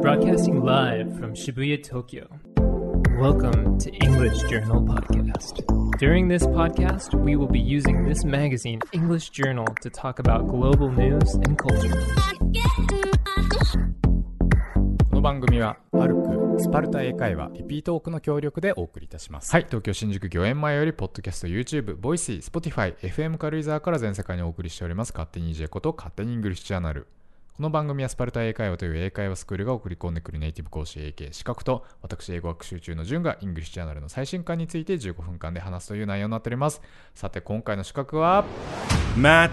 Broadcasting live from Shibuya, Tokyo. Welcome to English Journal Podcast. During this podcast, we will be using this magazine, English Journal, to talk about global news and culture. この番組はパルクスパルタ英会話リピートオークの協力でお送りいたしますはい、東京新宿御苑前より、ポッドキャスト、YouTube、ボイス Spotify、FM 軽井沢から全世界にお送りしております、勝手に EJ こと、勝手にイングリッシュジャーナル。この番組はスパルタ英会話という英会話スクールが送り込んでくるネイティブ講師 AK 資格と、私、英語学習中の順がイングリッシュジャーナルの最新刊について15分間で話すという内容になっております。さて、今回の資格は、 Matt,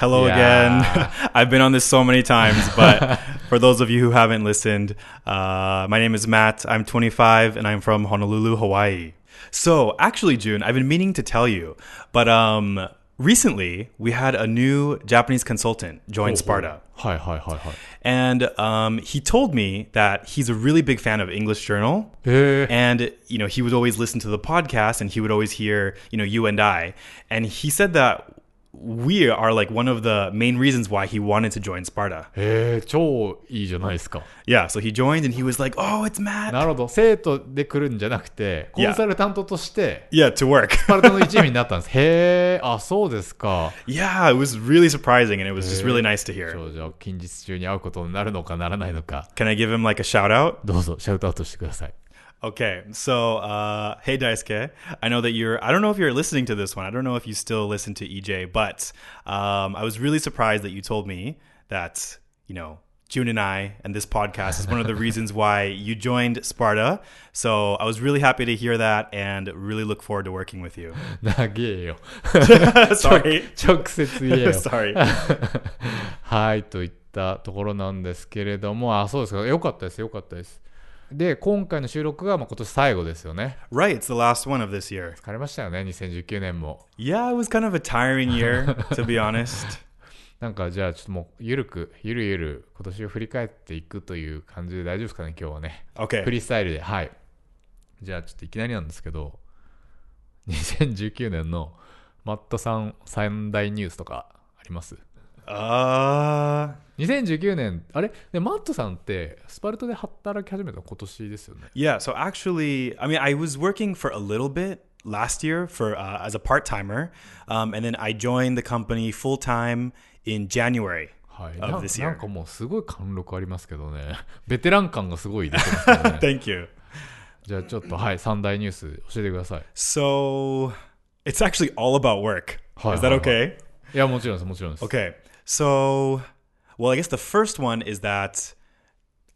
hello Yeah. again. I've been on this so many times, but for those of you who haven't listened, uh, my name is Matt. I'm 25 and I'm from Honolulu, Hawaii. So, actually, June, I've been meaning to tell you, but um, recently we had a new Japanese consultant join Sparta. はいはいはいはい。 And um, he told me that he's a really big fan of English Journal. えー、 And, you know, he would always listen to the podcast and he would always hear, you know, you and I. And he said that we are like one of the main reasons why he wanted to join Sparta. えー、超いいじゃないですか。 Yeah. So he joined and he was like, oh, it's Matt. なるほど、生徒で来るんじゃなくて、コンサルタントとして、 Yeah, to work. スパルタの一員になったんです。へえ、あ、そうですか。 yeah, it was really surprising and it was just really nice to 少 hear. 女近日中に会うことになるのかならないのか Can I give him like a shout out? どうぞシャウトアウトしてくだ さい Okay, so uh, hey Daisuke, I know that you're. I don't know if you're listening to this one. I don't know if you still listen to EJ, but um, I was really surprised that you told me that you know June and I and this podcast is one of the reasons why you joined Sparta. So I was really happy to hear that, and really look forward to working with you. 長えよ Sorry, 直接言えよ sorry. はいといったところなんですけれどもあそうですかよかったですよかったですで今回の収録がまあ今年最後ですよね Right, it's the last one of this year. 疲れましたよね2019年も Yeah, it was kind of a tiring year, to be honest. なんかじゃあちょっともうゆるくゆるゆる今年を振り返っていくという感じで大丈夫ですかね今日はねフ Okay, リースタイルではいじゃあちょっといきなりなんですけど2019年のマットさん三大ニュースとかあります uh, 2019年あれでマットさんってスパルトで働き始めたの今年ですよね Yeah, so actually, I mean, I was working for a little bit last year for uh, as a part timer, um, and then I joined the company full time in January はいな of ん this なん year. かもうすごい貫禄ありますけどねベテラン感がすごい出てますけどね Thank you. じゃあちょっとはい3大ニュース教えてください So it's actually all about work. Hi, Is that hi, hi. okay? いやもちろんですもちろんです、 Okay. So, well, I guess the first one is that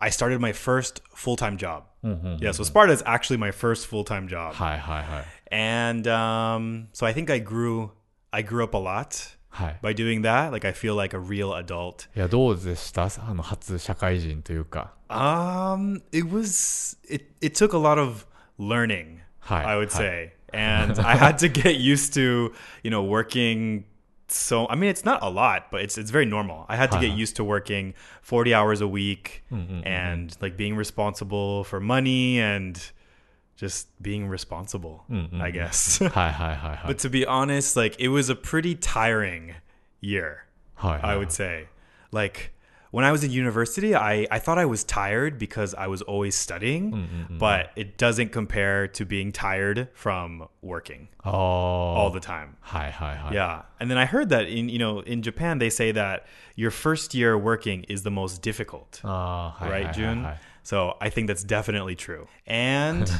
I started my first full time job. Yeah, so Sparta is actually my first full time job, はいはいはい and um, so I think I grew I grew up a lot. はい、 by doing that like i feel like a real adult いやどうでしたあの初社会人というか um it was it it took a lot of learning Hi, i would hi. say and i had to get used to you know working so i mean it's not a lot but it's it's very normal i had to get used to working 40 hours a week and like being responsible for money and just being responsible i guess はいはいはいはい but to be honest like it was a pretty tiring year はいはい、 I would say. Like when I was in university, I, I thought I was tired because I was always studying, but it doesn't compare to being tired from working あー Oh. all the time. はいはいはい。 Yeah. And then I heard that in you know, in Japan they say that your first year working is the most difficult. あーはいはい right, はいはい June? So I think that's definitely true. And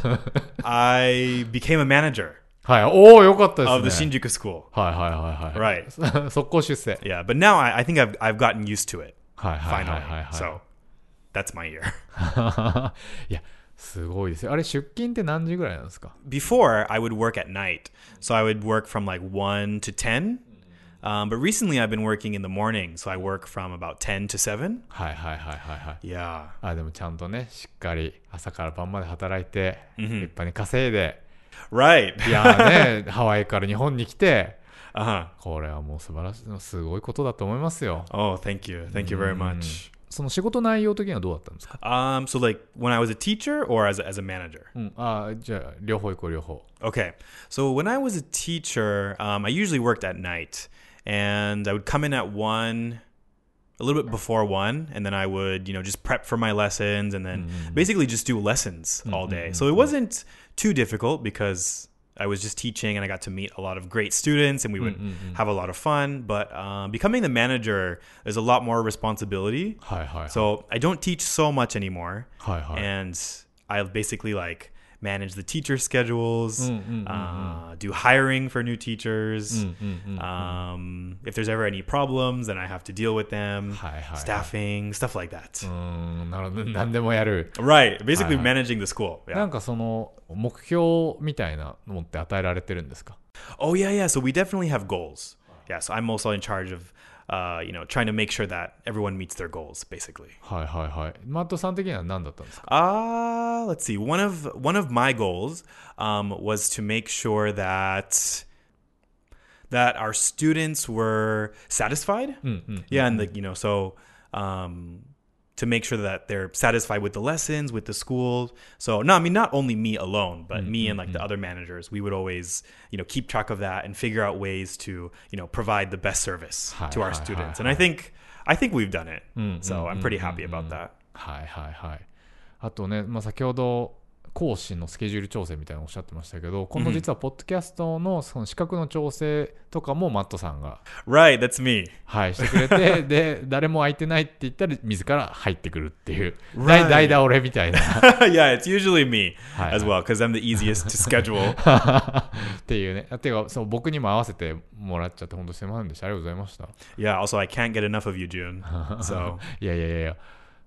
I became a manager はい、おお、よかったですね。 of the Shinjuku school. はいはいはいはい。 Right. Right. 速攻出世。はい Yeah. But now I, I think I've I've gotten used to it はいはい finally. はいはい。 So that's my year. いや、すごいですよ。あれ、出勤って何時ぐらいなんですか before I would work at night. So I would work from like 1 to 10. Um, but recently I've been working in the morning. So I work from about 10 to 7. はいはいはいはいはい。 Yeah. あでもちゃんとね、しっかり朝から晩まで働いて、立派に稼いで、 Right. いやーね、ハ ワイから日本に来て、 Uh huh. これはもう素晴らしい、すごいことだと思いますよ。 Oh, thank you. Thank you very much. その仕事内容的にはどうだったんですか Um, so like when I was a teacher or as a, as a manager? うん、あーじゃあ、両方行こう、両方。 Okay. So when I was a teacher, um, I usually worked at night and I would come in at 1 a little bit before one, and then I would, you know, just prep for my lessons and then basically just do lessons all day. So it wasn't too difficult because I was just teaching and I got to meet a lot of great students and we would have a lot of fun. But um, becoming the manager, there's a lot more responsibility. はいはいはい。 So I don't teach so much anymore. はいはい。 And I basically like manage the teacher schedules, Mm, uh, do hiring for new teachers. mm, Um, if there's ever any problems, then I have to deal with them, Hi, hi, staffing, stuff like that. うーん、なるほど。 何でもやる。 Right. Hi, Basically hi. managing the school. な Yeah. んかその目標みたいなのって与えられてるんですか Oh yeah, yeah. So we definitely have goals. Yeah. So I'm also in charge of, uh, you know, trying to make sure that everyone meets their goals, basically. はいはいはい。マットさん的には何だったんですか Uh, let's see. One of one of my goals um, was to make sure that that our students were satisfied. Yeah, and the, you know, so um, to make sure that they're satisfied with the lessons, with the school. So no, I mean not only me alone, but Mm, me and like the other managers, we would always you know keep track of that and figure out ways to you know provide the best service Hi, to our hi, hi, students. hi. Mm, And I think I think we've done it. so I'm pretty happy about that. はいはいはい。あとね、まあ、先ほど講師のスケジュール調整みたいなのおっしゃってましたけど、今度実はポッドキャストのその資格の調整とかもマットさんが、 Right, that's me. はい、してくれ て、で、誰も空いてないって言ったら自ら入ってくるっていう、 Right. 代代打俺みたいな yeah, it's usually me Hi, as hi. well because I'm the easiest to schedule. っていうね。ていうか、そう僕にも合わせてもらっちゃって本当すみませんでした。ありがとうございました。 yeah, also I can't get enough of you, June. So いやいやいやいや、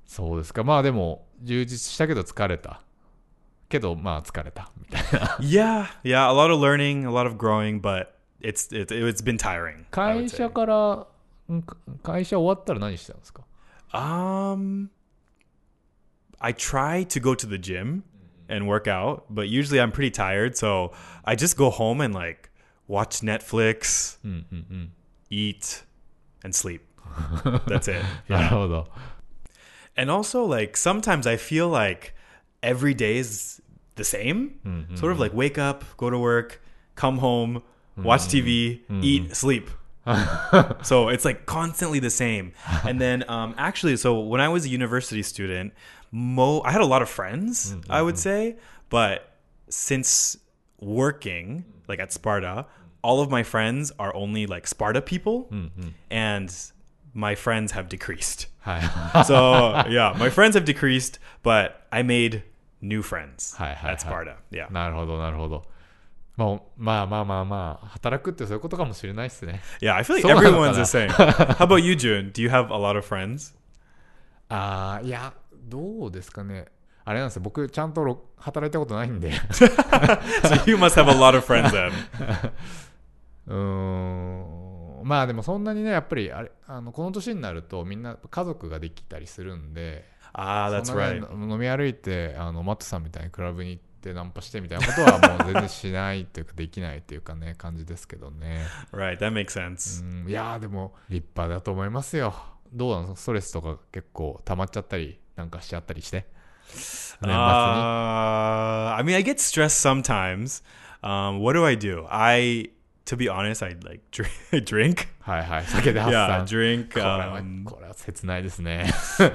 そうですか。まあでも、充実したけど疲れた。けど、まあ疲れた。みたいな yeah, yeah, a lot of learning, a lot of growing, but it's it, it's been tiring. I 会 would 社 say. から、ん会社終わったら何してたんですか Um, I try to go to the gym and work out, but usually I'm pretty tired, so I just go home and like watch Netflix, eat, and sleep. That's it. なるほど。 And also, like, sometimes I feel like every day is the same. Sort of like wake up, go to work, come home, watch TV, eat, sleep. so it's like constantly the same. And then, um, actually, so when I was a university student, mo- I had a lot of friends, I would say, but since working like at Sparta, all of my friends are only like Sparta people, and my friends have decreased. はい。 so yeah, my friends have decreased, but I made new friends Hi, hi, at hi. Sparta. Yeah. なるほど、なるほど。まあ、まあまあまあまあ、働くってそういうことかもしれないですね。 Yeah, I feel like So- everyone's the same. How about you, June? Do you have a lot of friends? ああ、いや、どうですかね。あれなんですよ。僕、ちゃんとろ働いたことないんで。 So you must have a lot of friends then. うーんまあでもそんなにねやっぱりあれあのこの年になるとみんな家族ができたりするんで Ah, that's そんなね right. 飲み歩いてあのマットさんみたいにクラブに行ってナンパしてみたいなことはもう全然しないというかできないというかね感じですけどね、 Right, that makes sense. うん、いやーでも立派だと思いますよどうなのストレスとか結構溜まっちゃったりなんかしちゃったりして年末 Uh, に、 I mean, I get stressed sometimes. Um, what do I do? I, to be honest, I like drink. drink. はいはい酒で発 Yeah, 散 drink. これは Um, これは切ないですね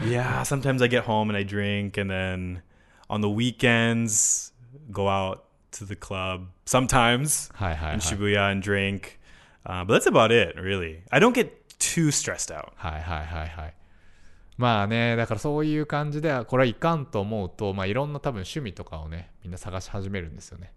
yeah, sometimes I get home and I drink, and then on the weekends go out to the club sometimes はいはいはい in Shibuya and drink. Uh, but that's about it, really. I don't get too stressed out. はいはいはいはい。まあね、だからそういう感じで、あこれはいかんと思うと、まあいろんな多分趣味とかをね、みんな探し始めるんですよね。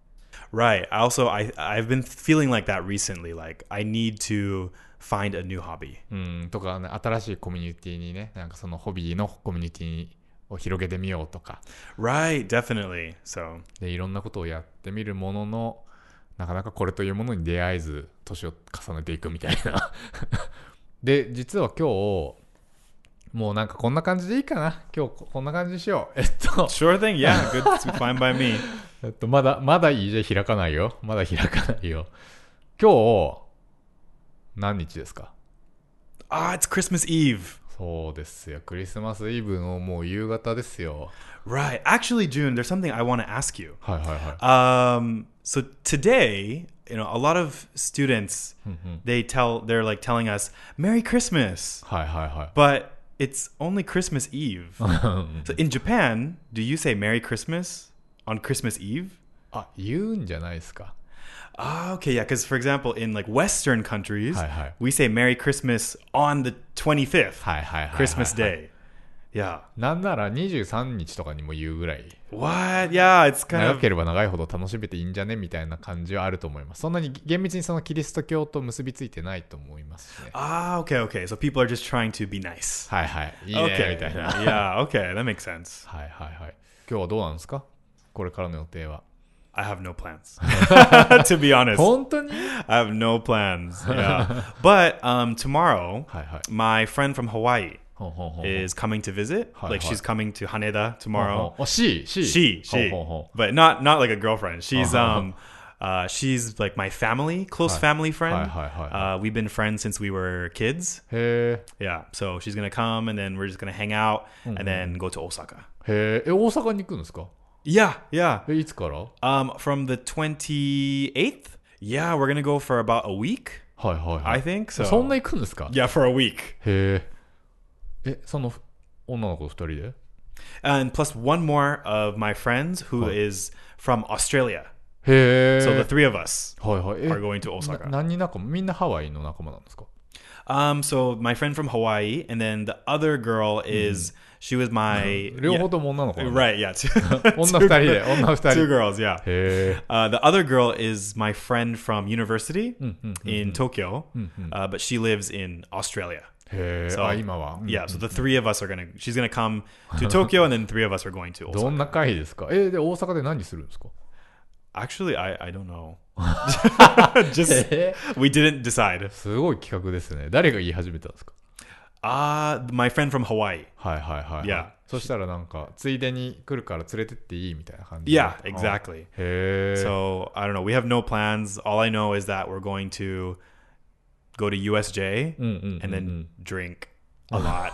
Right. I also I I've been feeling like that recently. Like I need to find a new hobby. うん、とかね、新しいコミュニティにね、なんかそのホビーのコミュニティを広げてみようとか、 Right. Definitely. So で、いろんなことをやってみるものの、なかなかこれというものに出会えず、年を重ねていくみたいな。 で、実は今日、もうなんかこんな感じでいいかな。今日ここんな感じにしよう。えっ と、 sure thing. Yeah. Good. it's fine by me. えっと、まだ、まだ EJ 開かないよ。まだ開かないよ。今日、何日ですか Ah, it's Christmas Eve. そうですよ。クリスマスイブのもう夕方ですよ。 Right. Actually, June, there's something I want to ask you. はいはいはい。 Um, so today, you know, a lot of Mm-hmm. students they tell they're like telling us Merry Christmas, はいはいはい。 but it's only Christmas Eve. so in Japan, do you say Merry Christmas on Christmas Eve? あ言うんじゃないですか Ah, okay, yeah. Because for example, in like Western countries, Hi, hi. we say Merry Christmas on the 25th, はいはいはいはいはい Christmas Day. Yeah. なんなら23日とかにも言うぐらい What? Yeah, it's kind 長 of ければ長いほど楽しめていいんじゃねみたいな感じはあると思いますそんなに厳密にそのキリスト教と結びついてないと思いますしね ah, okay, okay. So people are just trying to be nice. はいはいいいね okay. みたいな yeah. Okay, that makes sense. はいはいはい今日はどうなんですかこれからの予定は I have no plans. to be honest, 本当に I have no plans. Yeah. but um, tomorrow, はいはい my friend from Hawaii ほんほんほんほん is coming to visit. Oh, Hi, Oh, like hi. she's coming to Haneda ほん tomorrow. ほんあ she she she ほん she ほんほん but not not like a girlfriend she's oh, Uh-huh. um uh, she's like my family close Hi. family friend Hi, hi, hi. Uh, we've been friends since we were kids へ yeah so she's gonna come and then we're just gonna hang out Mm-hmm. and then go to osaka えへええ大阪に行くんですか yeah yeah えいつからはい um from the 28th yeah we're gonna go for about a week はいはい i think so そんな行くんですか yeah for a week へええその女の子2人で and plus one more of my friends who is from australia へえ so the three of us はいはいえ are going to osaka な何人仲間みんなハワイの仲間なんですか Um, so my friend from Hawaii, and then the other girl is she was my 両方とも女の子 yeah, なの right, yeah, two, 女二人で two, 女二人 two へ girls, yeah. え Uh, the other girl is my friend from university in Tokyo, uh, but she lives in Australia. へえ So- あ今はうん Yeah, so the three of us are gonna. She's gonna come to Tokyo, and then three of us are going to. ど Osaka. んな会ですかえで大阪で何するんですか Actually, I I don't know. Just え we didn't decide. すごい企画ですね誰が言い始めたんですか Uh my friend from Hawaii. はいはいはいはいいやそしたらなんかついでに来るから連れてっていいみたいな感じで Yeah, あ exactly. へえ So I don't know. We have no plans. All I know is that we're going to go to USJ うんうんうんうん and then drink a lot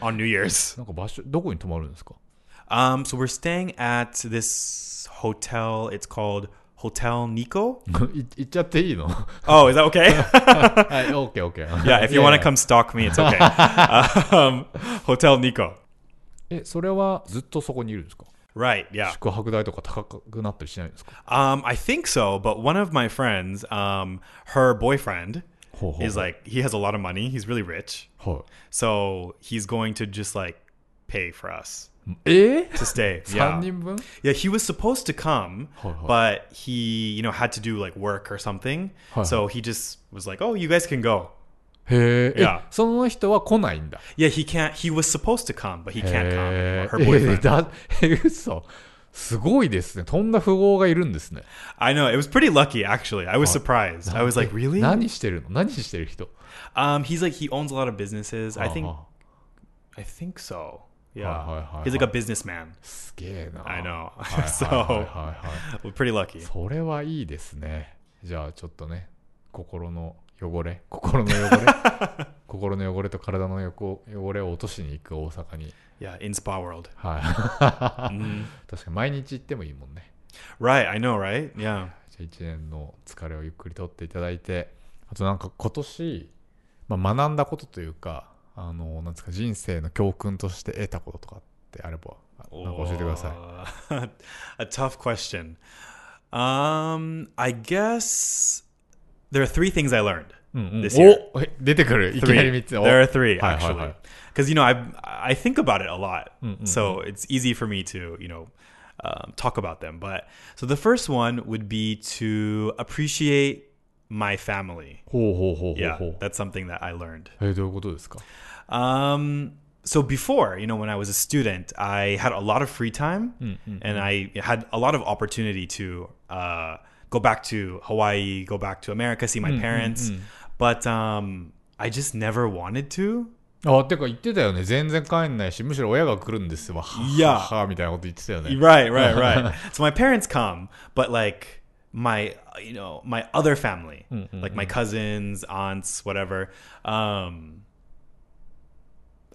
on New Year's. なんか場所どこに泊まるんですか Um, so we're staying at this hotel. It's called Hotel Nico. い行っちゃっていいの は Oh, is that okay? い OKOK yeah, if you want to come stalk me, it's okay. um, Hotel Nico. えそれはずっとそこにいるんですか Right. Yeah. 宿泊代とか高くなったりしないんですか Um, I think so. But one of my friends, um, her boyfriend, ほうほう is like he has a lot of money. He's really rich. は So he's going to just like pay for us いえ to stay. 3 yeah. 人分 Yeah, he was supposed to come, Hold, hold. but he, you know, had to do like work or something. Hold, So he just was like, "Oh, you guys can go." へえいやえその人は来ないんだ Yeah, he can't. He was supposed to come, but he can't come. へ or Her ええ boyfriend. だえ嘘すごいですねとんだ富豪がいるんですね I know. It was pretty lucky, actually. I was surprised. I was like, え "Really?" 何してるの何してる人 Um, he's like he owns a lot of businesses. I think. ああ I think so. Hold, hold, Yeah, hold, he's like a hold. businessman. すげえな I know. は いはいは so いはいはい we're pretty lucky. それはいいですねじゃあちょっとね心の汚れ心の汚れ 心の汚れと体の横汚れを落としに行く大阪に Yeah, in Spa World. はい Mhm. 確かに毎日行ってもいいもんね Right. I know. Right. Yeah. じゃあ1年の疲れをゆっくりとっていただいてあとなんか今年、まあ、学んだことというかあのなんですか人生の教訓として得たこととかってあればなんか教えてください Oh, a tough question. Um, I guess there are three things I learned. うんうん This year. おえ出てくるいきなり3つ There are three はいはいは actually, い because you know I I think about it a lot, mm, so it's easy for me to you know um, talk about them. But so the first one would be to appreciate my family. ほうほうほうほう Yeah, ほう that's something that I learned. えどういうことですか Um, so before, you know, when I was a student, I had a lot of free time, and I had a lot of opportunity to uh, go back to Hawaii, go back to America, see my parents. But um, I just never wanted to. あてか言ってたよね全然帰んないしむしろ親が来るんですわいやはははみたいなこと言ってたよね Right, right, right. so my parents come, but like my, you know, my other family, Mm-hmm, like my cousins, aunts, whatever. Um,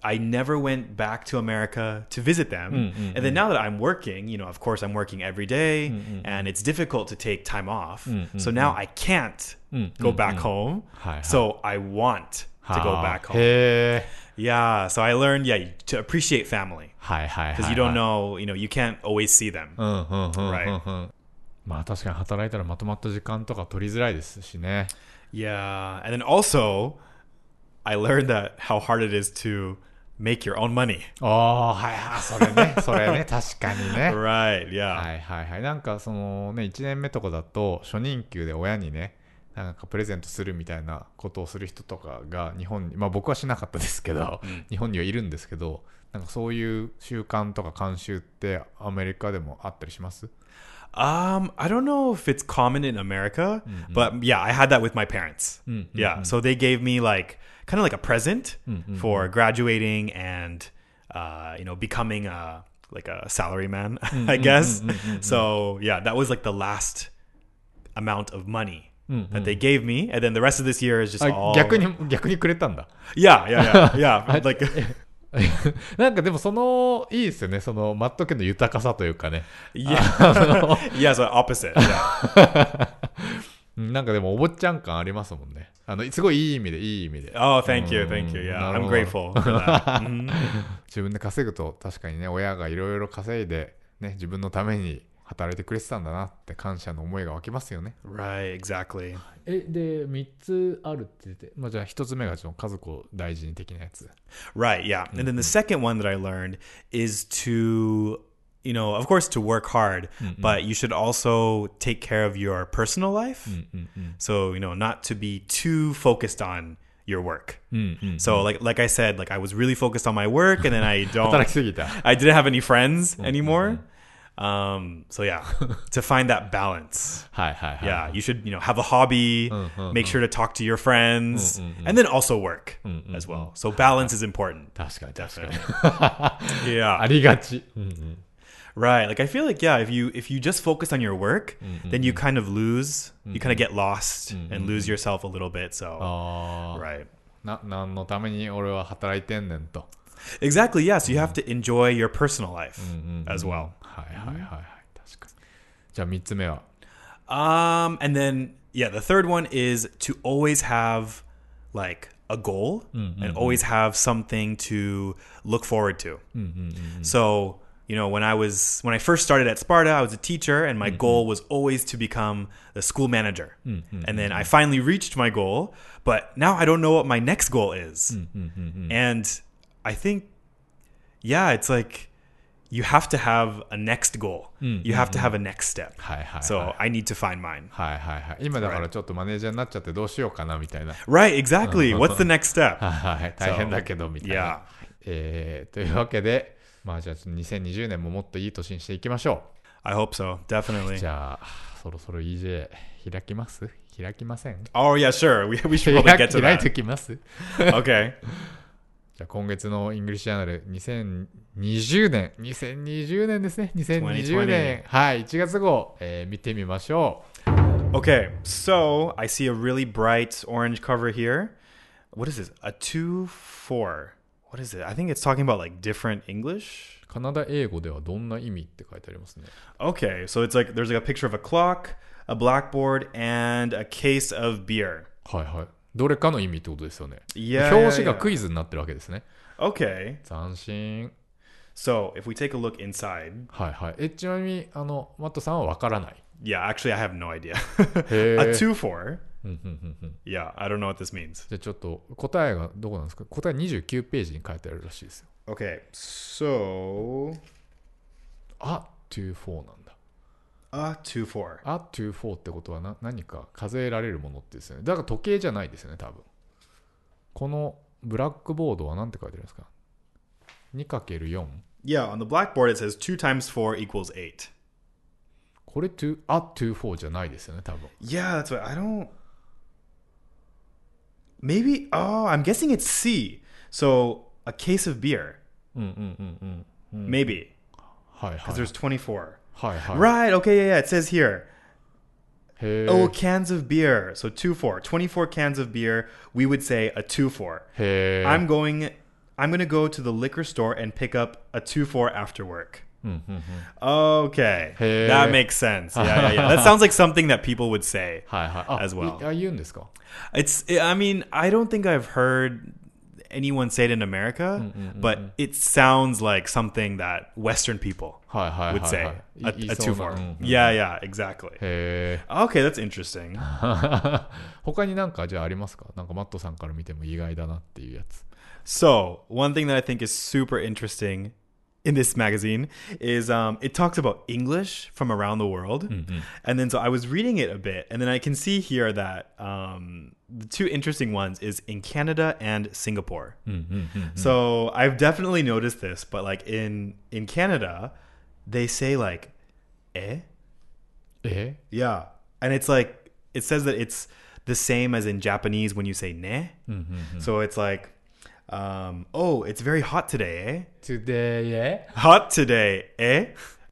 I never went back to America to visit them. Mm, and then now that I'm working, you know, of course I'm working every day Mm, and it's difficult to take time off. so now I can't go back Mm, home. Hi, hi. so I want to は go back あ home. へえ Yeah. So I learned, yeah, to appreciate family はいはいはい、はい。 because you don't know, you know, you can't always see them. うんうんうんうん、 Right. うんまあ確かに働いたらまとまった時間とか取りづらいですしね。 Yeah. And then also, I learned that how hard it is to make your own money. ああー、はいはい、それ ね、それね、確かにね。 Right. Yeah. はいはいはい。なんかそのね、1年目とかだと、初任給で親にね、なんかプレゼントするみたいなことをする人とかが日本に、まあ僕はしなかったですけど、日本にはいるんですけど、なんかそういう習慣とか慣習ってアメリカでもあったりします Um, I don't know if it's common in America, but yeah, I had that with my parents. Yeah, so they gave me like kind of like a present for graduating and uh, you know becoming a like a salaryman, I guess. So yeah, that was like the last amount of money that they gave me, and then the rest of this year is just あ all 逆に、逆にくれたんだ。 yeah, yeah, yeah, yeah. like なんかでもその、いいですよね。その、マット家の豊かさというかね。 yeah, yeah, so opposite. Yeah. うんなんかでもお坊ちゃん感ありますもんね。あの、すごいいい意味で、いい意味で。 Oh, thank you, thank you. Yeah, I'm grateful for that. 自分で稼ぐと、確かにね、親がいろいろ稼いで、ね、自分のために働いてくれてたんだなって感謝の思いが湧きますよね。 Right, exactly. え、で、3つあるって言って、まあじゃあ1つ目がその家族を大事に的なやつ。 Right, yeah. And then the second one that I learned is to, you know, of course, to work hard, but you should also take care of your personal life. So, you know, not to be too focused on your work. So, like like I said, like I was really focused on my work, and then Mm-hmm. I Mm-hmm. 働きす don't, ぎた。 I didn't have any friends anymore. Um, so yeah, to find that balance. はいはいはい。 Yeah, you should, you know, have a hobby, make sure to talk to your friends, and then also work as well. So balance is important. 確かに確かに。あ Yeah. りがち。うん Right. Like I feel like yeah, if you if you just focus on your work, then you kind of lose, you kind of get lost and lose yourself a little bit. So あ right. ーな、何のために俺は働いてんねんと。 Exactly. Yeah. So you have to enjoy your personal life as well. はいはいはいはい。確かに。じゃあ3つ目は。 Um and then yeah, the third one is to always have like a goal and always have something to look forward to. So, you know, when I was when I first started at Sparta, I was a teacher and my goal was always to become the school manager. And then I finally reached my goal, but now I don't know what my next goal is. And I think yeah, it's like you have to have a next goal. You have to have a next step. はいはい。 So I need to find mine. はいはいはい。今だからちょっとマネージャーになっちゃってどうしようかなみた いな。 Right, exactly. What's the next step? はいはい。大変だけどみたい Yeah. な。えーというわけで、まあじゃあちょっと2020年ももっといい年にしていきましょ I hope so. う。 Definitely. じゃあ、そろそろ EJ 開きます開きません Oh, yeah, sure. We, we should 開 probably get to 開い that. てきます Okay. じゃあ今月のイングリッシュジャーナル2020年、2020年ですね。2020年。はい、1月号、えー見てみましょ Okay. So I see a really bright orange cover here. What is this? A 2 4. What is it? I think it's talking about like different English. う。カナダ英語ではどんな意味って書いてありますね。 Okay. So it's like there's like a picture of a clock, a blackboard, and a case of beer. はいはい。どれかの意味ってことですよね。いやいやいや表紙がクイズになってるわけですね。 Okay. 斬新。 So if we take a look inside, はいはい。え、ちなみに、あの、マットさんはわからない。 yeah, actually, I have no idea. へ a ー2 4. うんうんうんうん Yeah, I don't know what this means. じゃあちょっと答えがどこなんですか答え29ページに書いてあるらしいですよ。 Okay, so あ、24なんだ。 uh two four. あ、24ってことはな何か数えられるものってですよね。だから時計じゃないですよね、多分。このブラックボードは何て書いてあるんですか ?2×4? Yeah, on the blackboard it says two times four equals eight. これ2、あ、24じゃないですよね、多分。 Yeah, that's what I don't. Maybe oh, I'm guessing it's C. So a case of beer, うんうんうんうん。Hmm. maybe, はいは because い。 there's twenty four. はいはい。 Right. Okay. Yeah. Yeah. It says here. へー Oh, cans of beer. So two four. Twenty four cans of beer. We would say a two four. へー I'm going. I'm gonna go to the liquor store and pick up a two four after work. Okay, Hey. that makes sense. Yeah, yeah, yeah. That sounds like something that people would say. はいはい。あ、 as well. いあ言うんですか It's. I mean, I don't think I've heard anyone say it in America, but it sounds like something that Western people はいはいはい、はい。 would say a, い a いそうな two form. うんうん Yeah, yeah, exactly. へえ。 Okay, that's interesting. 他になんかじゃあありますかなんかマットさんから見ても意外だなっていうやつ。 So, one thing that I think is super interesting in this magazine is um, it talks about English from around the world. And then, so I was reading it a bit, and then I can see here that um, the two interesting ones is in Canada and Singapore. So, I've definitely noticed this, but like in in Canada, they say like, eh? え Yeah. And it's like it says that it's the same as in Japanese when you say ne. So it's like um, oh, it's very hot today, eh? ?Today, eh? Hot today, eh?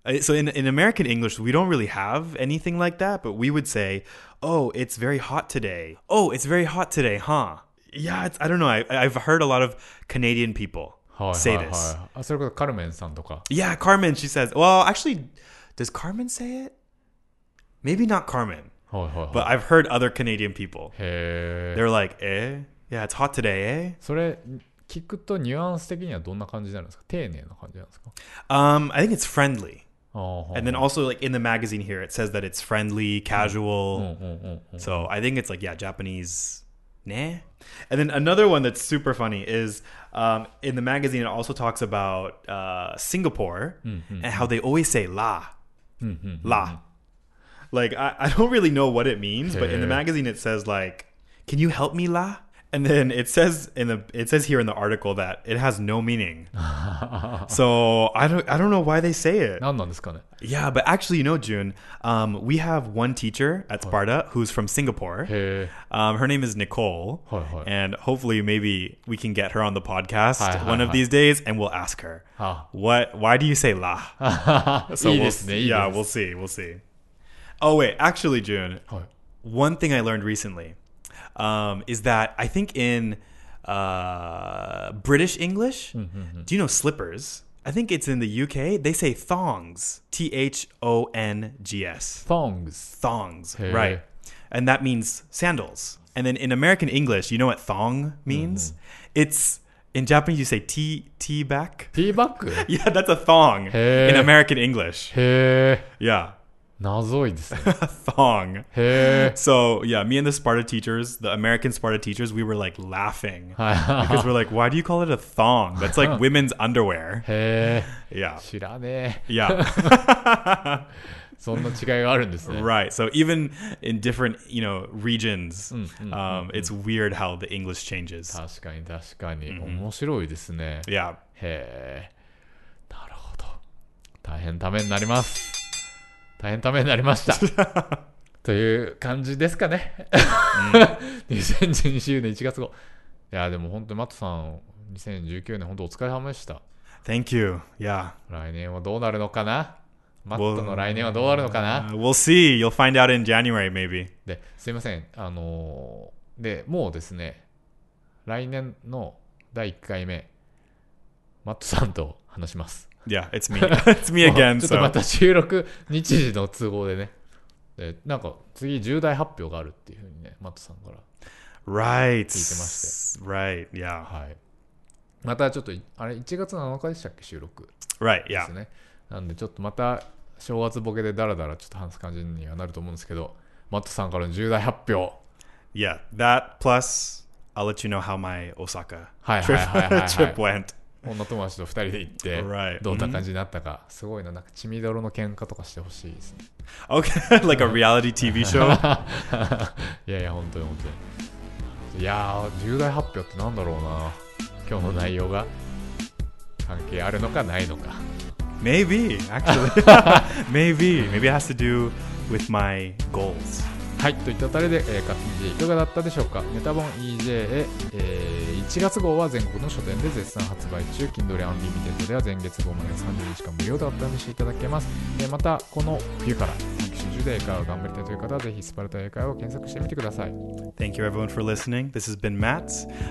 Uh, So in, in American English, we don't really have anything like that, but we would say, "Oh, it's very hot today." Oh, it's very hot today, huh? Yeah, it's, I don't know. I, I've heard a lot of Canadian people はいはい say はい this. あそれこそカルメンさんとか。 Yeah, Carmen. She says, "Well, actually, does Carmen say it? Maybe not Carmen." はいはいはい。 But I've heard other Canadian people. へえ。 They're like, eh? Yeah, it's hot today, eh? それ聞くとニュアンス的にはどんな感じになるんですか丁寧な感じなんですか Um, I think it's friendly. ああ、はい Uh-huh. And then also like in the magazine here it says that it's friendly, casual. うんうんうんうん So I think it's like, yeah, Japanese nah. And then another one that's super funny is um, in the magazine it also talks about uh, Singapore and how they always say la. La. Like I, I don't really know what it means, but in the Yeah. magazine it says like, Can you help me la? And then it says in the it says here in the article that it has no meaning. so I don't I don't know why they say it. 何なんですかね Yeah, but actually, you know, June, um, we have one teacher at Sparta who's from Singapore. へえ。 Um, her name is Nicole, Hi, hi. and hopefully, maybe we can get her on the podcast Hi, hi, one of hi. these days, and we'll ask her Ah. what. Why do you say la? いい we'll, ですね、いいです yeah, we'll see, we'll see. Oh wait, actually, June, はい one thing I learned recently um, is that I think in uh, British English, do you know slippers? I think it's in the UK. They say thongs, T H O N G S, Thongs. thongs, Hey. right? And that means sandals. And then in American English, you know what thong means? It's in Japanese you say tea tea back. ティーバッグへ Yeah, that's a thong Hey. in American English. え。 Yeah, 謎いですね。 a thong. へえ。 So yeah, me and the Sparta teachers, the American Sparta teachers, we were like laughing because we're like, why do you call it a thong? That's like women's underwear. へえ。 Yeah, 知らねえ。 yeah, そんな違いがあるんですね。 right. So even in different you know regions, Mm, um, it's weird how the English changes. 確かに確かに。面白いですね。 Yeah. へえ。なるほど。大変ためになります。大変ためになりました。という感じですかね。2012周年1月号。いや、でも本当にマットさん、2019年本当お疲れ様でした。 Thank you. Yeah. 来年はどうなるのかなマットの来年はどうなるのかな Uh, we'll see. You'll find out in January, maybe. で、すいません。あのーで、もうですね、来年の第1回目、マットさんと話します。 Yeah, it's me. it's me again. ちょっとま So た収録日時の都合でね。でなんか次重大発表があるっていうふうにね、マットさんから。聞い right, てまして。 right. Yeah, はい。またちょっと、あれ、1月7日でしたっけ、収録 right. で Yeah. すね。なんでちょっとまた正月ボケでダラダラちょっと話す感じにはなると思うんですけど、マットさんからの重大発表。 Yeah, that plus I'll let you know how my Osaka はいはい trip, はい はい、 trip は went. い。女友達と2人で行って Right.、どんな感じになったか、すごいな、なんか血みどろの喧嘩とかしてほしいですね。 Okay, like a reality TV show. いやいや、本当に本当に。いやー、重大発表ってなんだろうな。今日の内容が関係あるのかないのか。 Maybe, actually. Maybe. Maybe it has to do with my goals. はい、といったあたりで、えー、活字いかがだったでしょうか。ネタ本 EJ へ、えー1月号は全国の書店で絶賛発売中、Kindle Unlimited では前月号まで30日間無料でお試しいただけます。えーまた、この冬から、習で英会話を頑張りたいという方は、ぜひスパルタ英会話を検索してみてください。 Thank you, everyone, for listening. This has been Matt.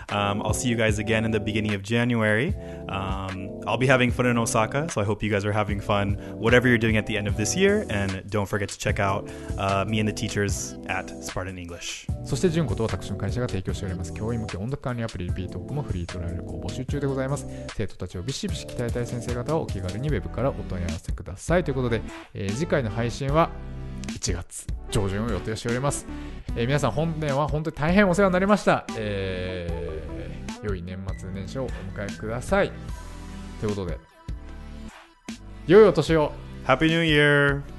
Um, I'll see you guys again in the beginning of January. Um, I'll be having fun in Osaka, so I hope you guys are having fun, whatever you're doing at the end of this year. And don't forget to check out uh, me and the teachers at Spartan English. そして、純子と私の会社が提供しております、教員向け音楽管理アプリリピートークもフリートライアルを募集中でございます。生徒たちをビシビシ鍛えたい先生方はお気軽にウェブからお問い合わせください。ということで、えー次回の配信は1月上旬を予定しております。えー皆さん、本年は本当に大変お世話になりました。えー良い年末年始をお迎えください。ということで、良いお年を Happy New Year!